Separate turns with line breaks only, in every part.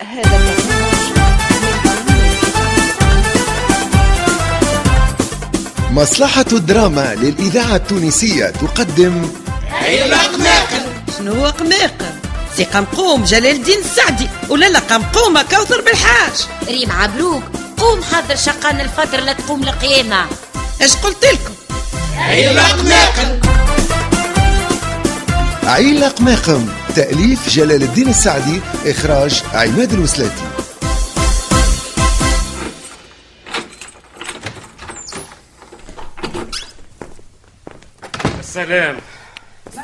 هذا البرنامج
مصلحة الدراما للإذاعة التونسية تقدم
شنو هو قماقم سي قمقوم جلال الدين السعدي ولا لا قمقومه كوثر بالحاج
ريم عبروك قوم حضر شقان الفطر لا تقوم القيامة
اش قلت لكم
عيلق ماقم تأليف جلال الدين السعدي إخراج عماد الوسلاتي
السلام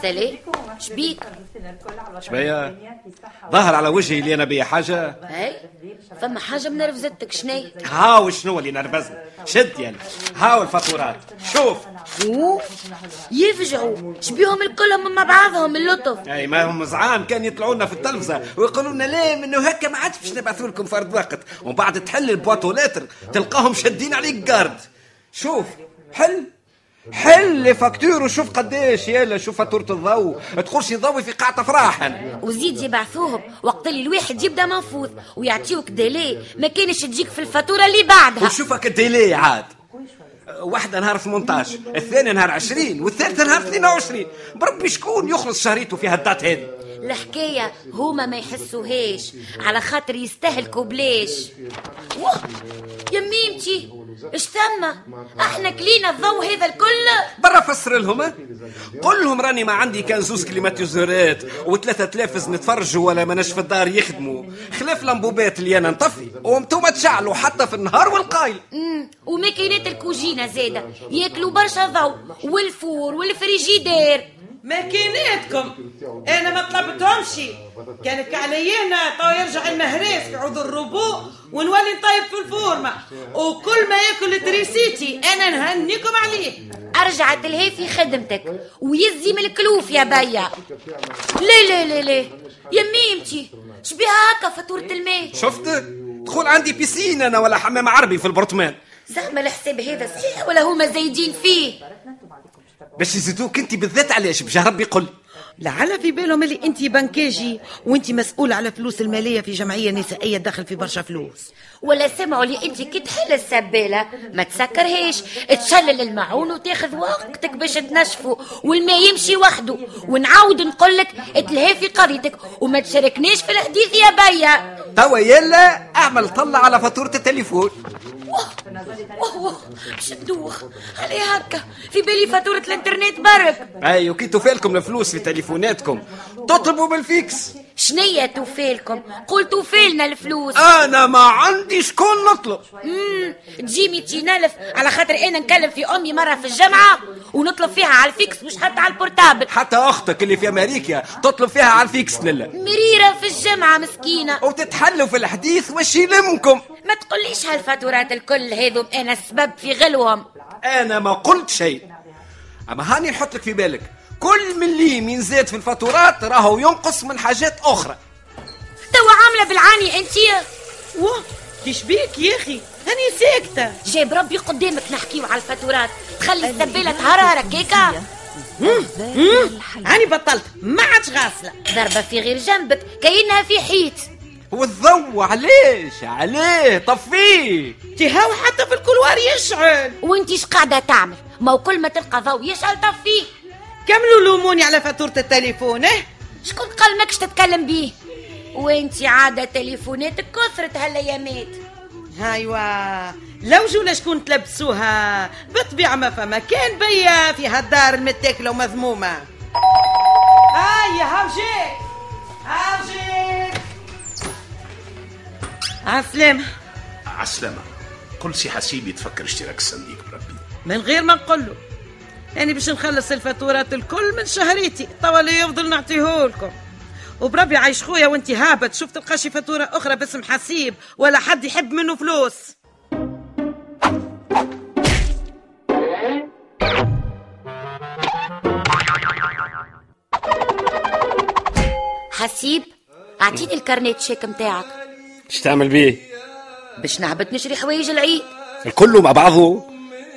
سلام شبيك
شبيا ظهر على وجهي اللي انا بيا حاجه
هاي فما حاجة منرفزتك شني
هاو شنو اللي نرفزني شد يعني هاو الفاتورات شوف
يفجعوا شبيهم الكلهم مع بعضهم اللطف
اي ما هم زعام كان يطلعوا لنا في التلفزه ويقولوا لنا لا منه هكا ما عادش باش نبعثوا لكم فرد وقت ومن بعد تحل البواتو لاتر تلقاهم شادين عليك جارد شوف حل حل لي فاكتور وشوف قداش يلا شوف فاتورة الضوء تقولش ضوي في قاعة افراح
وزيد يبعثوهم وقت اللي الواحد يبدا منفوض ويعطيوك ديلي ما كانش تجيك في الفاتورة اللي بعدها
وشوفك الديلي عاد واحدة نهار 18 الثانية نهار 20 والثالثة نهار 22 بربي شكون يخلص شهريته في هالدات هذه
الحكاية هما ما يحسوهاش على خاطر يستهلكوا بلاش واه يميمتي اش ثم احنا كلينا الضوء هذا الكل
برا فسر لهم ها؟ قل لهم راني ما عندي كان زوز كليماتيزورات وثلاثة تلافز نتفرجوا ولا ماناش في الدار يخدموا خلاف لمبوبات اللي انا نطفي وانتم تشعلوا حتى في النهار والقايل
امم وماكينات الكوجينه زاده ياكلوا برشا ضوء والفور والفريجيدير
ماكيناتكم انا ما طلبتهمش كانت عليا انا تو يرجع المهراس في عود الربو ونولي نطيب في الفورمه وكل ما ياكل دريسيتي انا نهنيكم عليه
ارجعت لها في خدمتك ويزي من الكلوف يا بيا لا لا لا لا يا ميمتي شبيها هكا فاتورة الماء
شفت دخول عندي بيسين انا ولا حمام عربي في البرطمان
زعما الحساب هذا صحيح ولا هما زايدين فيه
باش يزيدوك انت بالذات علاش بجا ربي قل
لعل في بالهم اللي انت بنكاجي وانت مسؤول على فلوس الماليه في جمعيه نسائيه داخل في برشا فلوس
ولا سمعوا لي انت كي تحل السباله ما تسكرهاش تشلل المعون وتاخذ وقتك باش تنشفه والماء يمشي وحده ونعاود نقول لك اتلهي في قضيتك وما تشاركنيش في الحديث يا بيا
توا يلا اعمل طلع على فاتورة التليفون
واه واه باش تدوخ علي هكا في بالي فاتوره الانترنت برك
اي وكي توفالكم الفلوس في تليفوناتكم تطلبوا بالفيكس
شنية توفيلكم قول توفيلنا الفلوس
انا ما عندي شكون نطلب
امم تجي 200 الف على خاطر انا نكلم في امي مره في الجامعه ونطلب فيها على الفيكس مش حتى على البورتابل
حتى اختك اللي في امريكا تطلب فيها على الفيكس لله
مريره في الجامعه مسكينه
وتتحلوا في الحديث واش يلمكم
ما تقوليش هالفاتورات الكل هذو انا السبب في غلوهم
انا ما قلت شيء اما هاني نحط لك في بالك كل ملي من زاد في الفاتورات راهو ينقص من حاجات اخرى
توا عامله بالعاني انت
واه كيش بيك يا اخي هاني ساكته
جايب ربي قدامك نحكيو على الفاتورات تخلي السبيله تهرهرك هيكا
هاني بطلت ما عادش غاسله
ضربه في غير جنبك كأنها في حيط
والضو علاش عليه طفيه
تهاو حتى في الكلوار يشعل
وانت اش قاعده تعمل ما هو كل ما تلقى ضوء يشعل طفيه
كملوا لوموني على فاتوره التليفون اه
شكون قال ماكش تتكلم بيه وانت عادة تليفوناتك كثرت هالايامات
ايوا لو جونا شكون تلبسوها بالطبيعه ما فما كان بيا في هالدار المتاكله ومذمومه هيا هاو جيك هاو جيك عسلامة
عسلامة قل سي حسيبي تفكر اشتراك الصنديق بربي
من غير ما نقوله
يعني
أنا باش نخلص الفاتورات الكل من شهريتي توا اللي يفضل نعطيهولكم وبربي عايش خويا وانت هابط شفت القاشي فاتورة أخرى باسم حسيب ولا حد يحب منه فلوس
حسيب اعطيني الكارنيت شيك متاعك
اش تعمل بيه
باش نهبط نشري حوايج العيد
الكل مع بعضه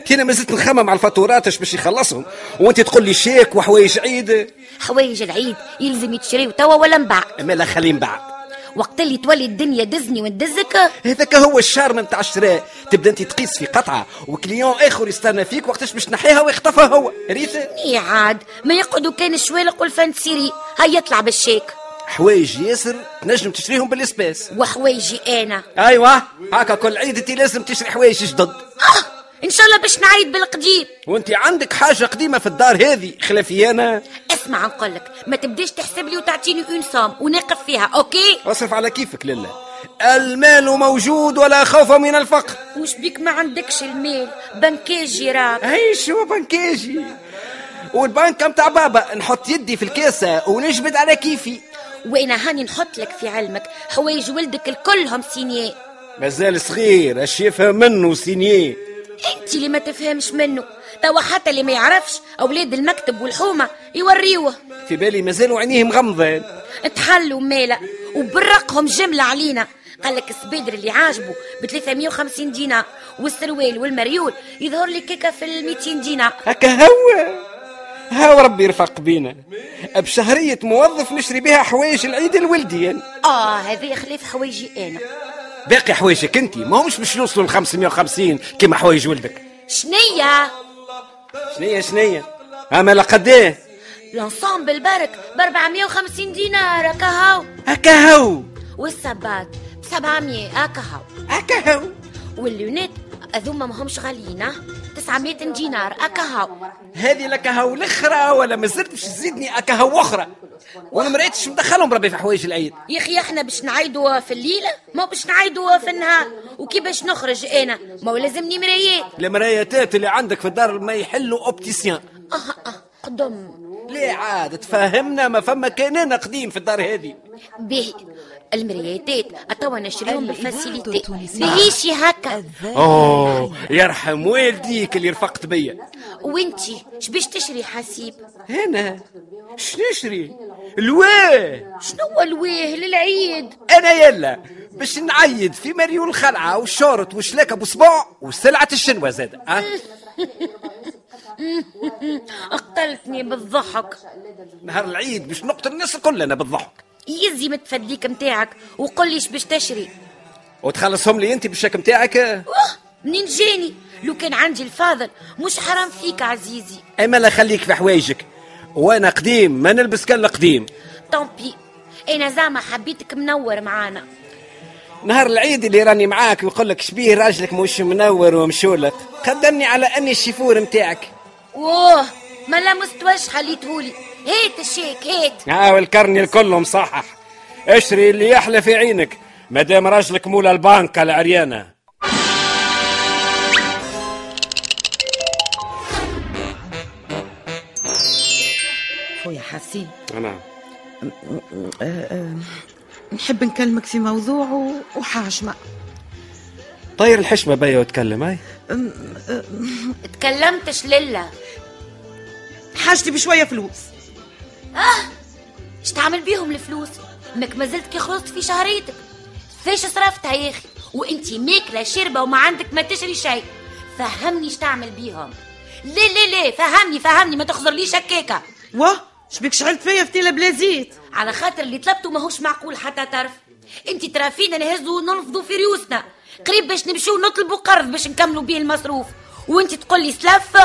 كينا ما زلت نخمم على الفاتورات اش باش يخلصهم وانت تقول لي شيك وحوايج عيد
حوايج العيد يلزم يتشريو توا ولا من بعد
مالا خليه من بعد
وقت اللي تولي الدنيا دزني وندزك
هذاك هو الشارم نتاع الشراء تبدا انت تقيس في قطعه وكليون اخر يستنى فيك وقتاش باش تنحيها ويخطفها هو ريت
ايه عاد ما يقعدوا كان الشوالق والفنسيري هيا يطلع بالشيك
حوايج ياسر تنجم تشريهم بالاسباس
وحوايجي انا
ايوه هكا كل عيد انت لازم تشري حوايج جدد
اه ان شاء الله باش نعيد بالقديم
وانت عندك حاجه قديمه في الدار هذه خلافي انا
اسمع نقول لك ما تبداش تحسب لي وتعطيني اون سوم ونقف فيها اوكي
اصرف على كيفك لله المال موجود ولا خوف من الفقر
وش بيك ما عندكش المال بنكاجي راك
عيش هو بنكاجي والبنكة متاع بابا نحط يدي في الكاسة ونجبد على كيفي
وانا هاني نحط لك في علمك حوايج ولدك الكلهم سينيات
مازال صغير اش يفهم منه سينيه
انت اللي ما تفهمش منه توا حتى اللي ما يعرفش اولاد المكتب والحومه يوريوه
في بالي مازالوا عينيه مغمضين
تحلوا مالا وبرقهم جمله علينا قال لك السبيدر اللي عاجبه ب 350 دينار والسروال والمريول يظهر لي كيكه في ال 200 دينار
هكا هو هاو ربي يرفق بينا بشهرية موظف نشري بها حوايج العيد الولدي يعني.
اه هذا خلاف حوايجي انا
باقي حوايجك انت ما همش باش يوصلوا ل 550 كيما حوايج ولدك
شنية
شنية شنية اما لقد ايه
لانسامبل برك ب 450 دينار هكا هاو
هكا هو
والصباط ب 700 هكا هاو
هكا هو
واللونات هذوما ماهمش غاليين اه 900 دينار هكا هاو
هذه لك هو الاخرى ولا ما زلت باش تزيدني اكا هو اخرى وانا ما رأيتش مدخلهم ربي في حوايج العيد
يا اخي احنا باش نعيدوا في الليله ما باش نعيدوا في النهار وكي باش نخرج انا ما هو لازمني مرايات
المرايتات اللي عندك في الدار ما يحلوا اوبتيسيان
اه اه قدم
ليه عاد تفهمنا ما فما كاننا قديم في الدار هذه
به المرياتات توا نشريهم بالفاسيليتي ماهيش هكا
اوه يرحم والديك اللي رفقت بيا
وانتي شبيش تشري حسيب
هنا شنشري الواه
شنو الويه للعيد
انا يلا باش نعيد في مريول الخلعه والشورت والشلاك ابو صباع وسلعه الشنوه زاد أه؟
قتلتني بالضحك
نهار العيد باش نقتل الناس كلنا بالضحك
يزي متفديك متاعك وقول لي شبيش تشري
وتخلصهم لي انت بالشك نتاعك
أوه، منين جاني لو كان عندي الفاضل مش حرام فيك عزيزي
اما لا خليك في حوايجك وانا قديم ما نلبس كان القديم
طومبي انا زعما حبيتك منور معانا
نهار العيد اللي راني معاك ويقول لك شبيه راجلك مش منور ومشولك قدمني على اني الشيفور نتاعك
اوه ما لا مستواش حليتهولي هات الشيك هات
ها والكرني الكل مصحح اشري اللي يحلى في عينك مادام راجلك مولى البنك العريانه
خويا حسين
انا
نحب نكلمك في موضوع و- وحاجمة
طير الحشمه بيا وتكلم هاي
تكلمتش للا
حاجتي بشوية فلوس
اش تعمل بيهم الفلوس انك مازلت كي خلصت في شهريتك فاش صرفتها يا اخي وانتي ماكله شربه وما عندك ما تشري شيء فهمني اش تعمل بيهم ليه ليه ليه فهمني فهمني ما تخزرليش هكاكه
واه شبيك شعلت فيا فتيلة بلا زيت
على خاطر اللي طلبته ماهوش معقول حتى طرف انت ترى فينا نهزوا وننفضوا في ريوسنا قريب باش نمشيو نطلبوا قرض باش نكملوا بيه المصروف وانت تقول لي سلف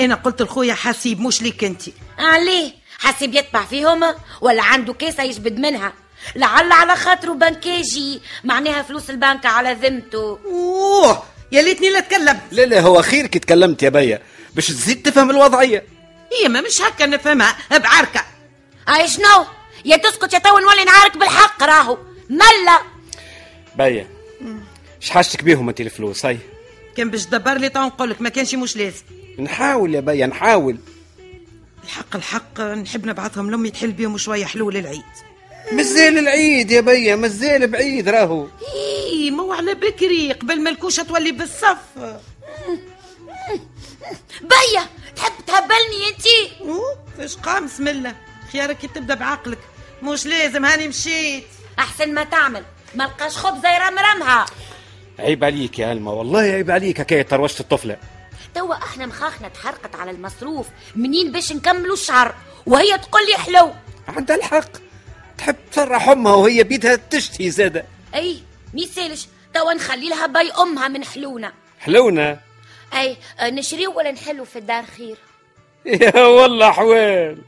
أنا قلت لخويا حسيب مش ليك أنت
عليه حسب يتبع فيهم ولا عنده كيسه يجبد منها لعل على خاطره بنكاجي معناها فلوس البنك على ذمته
أوه يا ليتني لا تكلمت
لا لا هو خير كي تكلمت يا بيا باش تزيد تفهم الوضعيه
هي ما مش هكا نفهمها بعركة
اي شنو يا تسكت يا تو نولي نعارك بالحق راهو ملا
بيا اش حاجتك بيهم انت الفلوس هاي
كان باش تدبر لي تو نقول لك ما كانش مش لازم
نحاول يا بيا نحاول
الحق الحق نحب نبعثهم لأمي تحل بيهم شوية حلول للعيد
مازال العيد يا بيا مازال بعيد راهو
إيه مو على بكري قبل ما الكوشة تولي بالصف
بيا تحب تهبلني انتي
أوه فاش قام بسم الله خيارك كي تبدا بعقلك مش لازم هاني مشيت
احسن ما تعمل ما لقاش خبزه يرمرمها
عيب عليك يا الما والله عيب عليك هكاية تروشت الطفله
توا احنا مخاخنا تحرقت على المصروف منين باش نكملوا الشهر وهي تقول لي حلو
عندها الحق تحب تفرح امها وهي بيدها تشتهي زاده
اي ميسالش توا نخلي لها باي امها من حلونا
حلونا
اي آه، نشريو ولا نحلو في الدار خير
يا والله حوال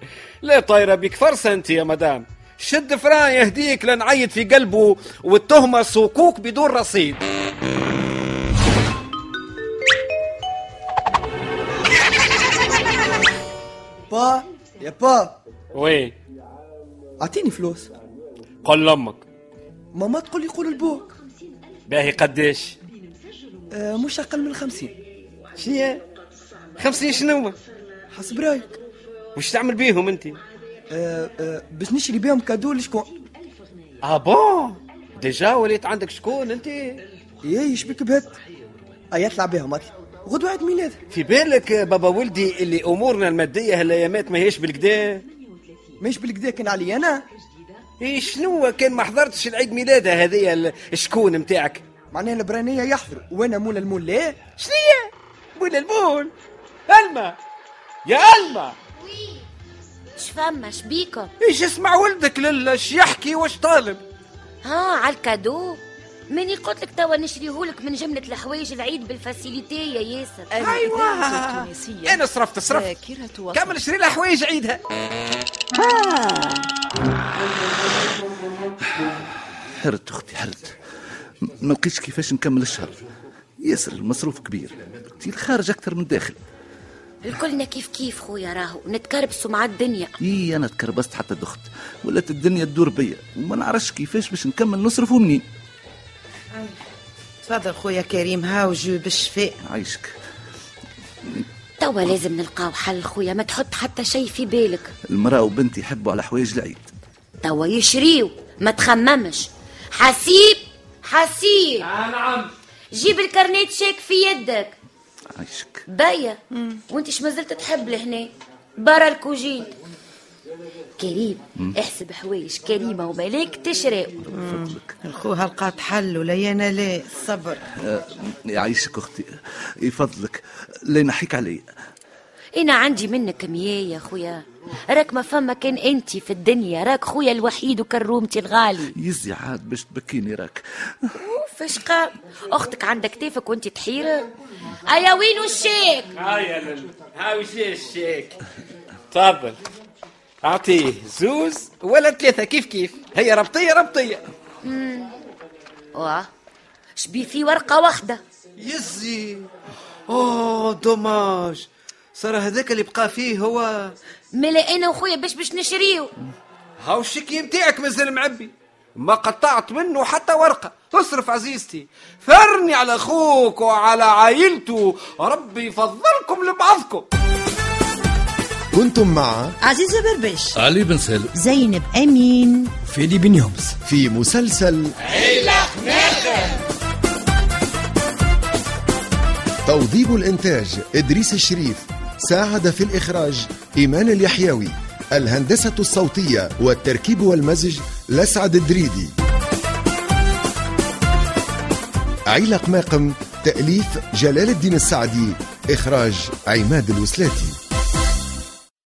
لا طايره بك فرصه انت يا مدام شد فران يهديك لنعيط في قلبه والتهمه صكوك بدون رصيد
با يا با
وي
اعطيني فلوس
قل لامك
ماما تقول لي قول لبوك
باهي قداش
آه مش اقل من خمسين
شنو خمسين شنو
حسب رايك
وش تعمل بيهم انت
آه آه باش نشري بيهم كادو لشكون
اه بون ديجا وليت عندك شكون انت
ايه شبيك بهت آه يطلع بيهم اطلع غدوة عيد ميلاد
في بالك بابا ولدي اللي امورنا الماديه هالايامات ماهيش بالكدا
مش بالكدا كان علي انا
ايه شنو كان ما حضرتش العيد ميلادها هذه ال- الشكون نتاعك
معناها البرانية يحضر وانا مولا المول لا
شنو هي؟ بول البول الما يا الما
شفما شبيكم
ايش اسمع ولدك للاش يحكي واش طالب
ها على الكادو ماني قلت لك توا نشريهولك من جمله الحوايج العيد بالفاسيليتي يا ياسر
أيوة. انا صرفت صرفت كمل شري لها حوايج عيدها
حرت اختي حرت م- ما لقيتش كيفاش نكمل الشهر ياسر المصروف كبير تي الخارج اكثر من الداخل
الكلنا كيف كيف خويا راهو نتكربسوا مع الدنيا
اي انا تكربست حتى دخت ولات الدنيا تدور بيا وما نعرفش كيفاش باش نكمل نصرف ومنين
تفضل خويا كريم هاو جو بالشفاء
عايشك
توا لازم نلقاو حل خويا ما تحط حتى شي في بالك
المراه وبنتي يحبوا على حوايج العيد
توا يشريو ما تخممش حسيب حسيب
نعم
جيب الكارنيت شيك في يدك
عايشك
باية وانت ش مازلت تحب لهنا برا الكوجين كريم احسب حوايج كريمة وملاك تشري
الخوها لقات حل ولا يانا لا صبر
آه، يعيشك اختي يفضلك لا ينحيك علي
انا عندي منك مياه يا خويا راك ما فما كان انت في الدنيا راك خويا الوحيد وكرومتي الغالي
يزي عاد باش تبكيني راك
فاش قام اختك عندك كتافك وانت تحيره ايا وينو الشيك
هاي يا للا هاي وش الشيك تفضل اعطيه زوز ولا ثلاثه كيف كيف هي ربطيه ربطيه
واه شبي في ورقه واحده
يزي اوه دوماج صار هذاك اللي بقى فيه هو
ملا انا وخويا باش باش نشريو
هاو الشكي متاعك مازال معبي ما قطعت منه حتى ورقة اصرف عزيزتي فرني على أخوك وعلى عائلته ربي يفضلكم لبعضكم
كنتم مع
عزيزة بربش
علي بن سالم
زينب أمين
فيدي بن يومس
في مسلسل توظيف الإنتاج إدريس الشريف ساعد في الإخراج إيمان اليحيوي الهندسة الصوتية والتركيب والمزج لسعد الدريدي عيلق ماقم تأليف جلال الدين السعدي إخراج عماد الوسلاتي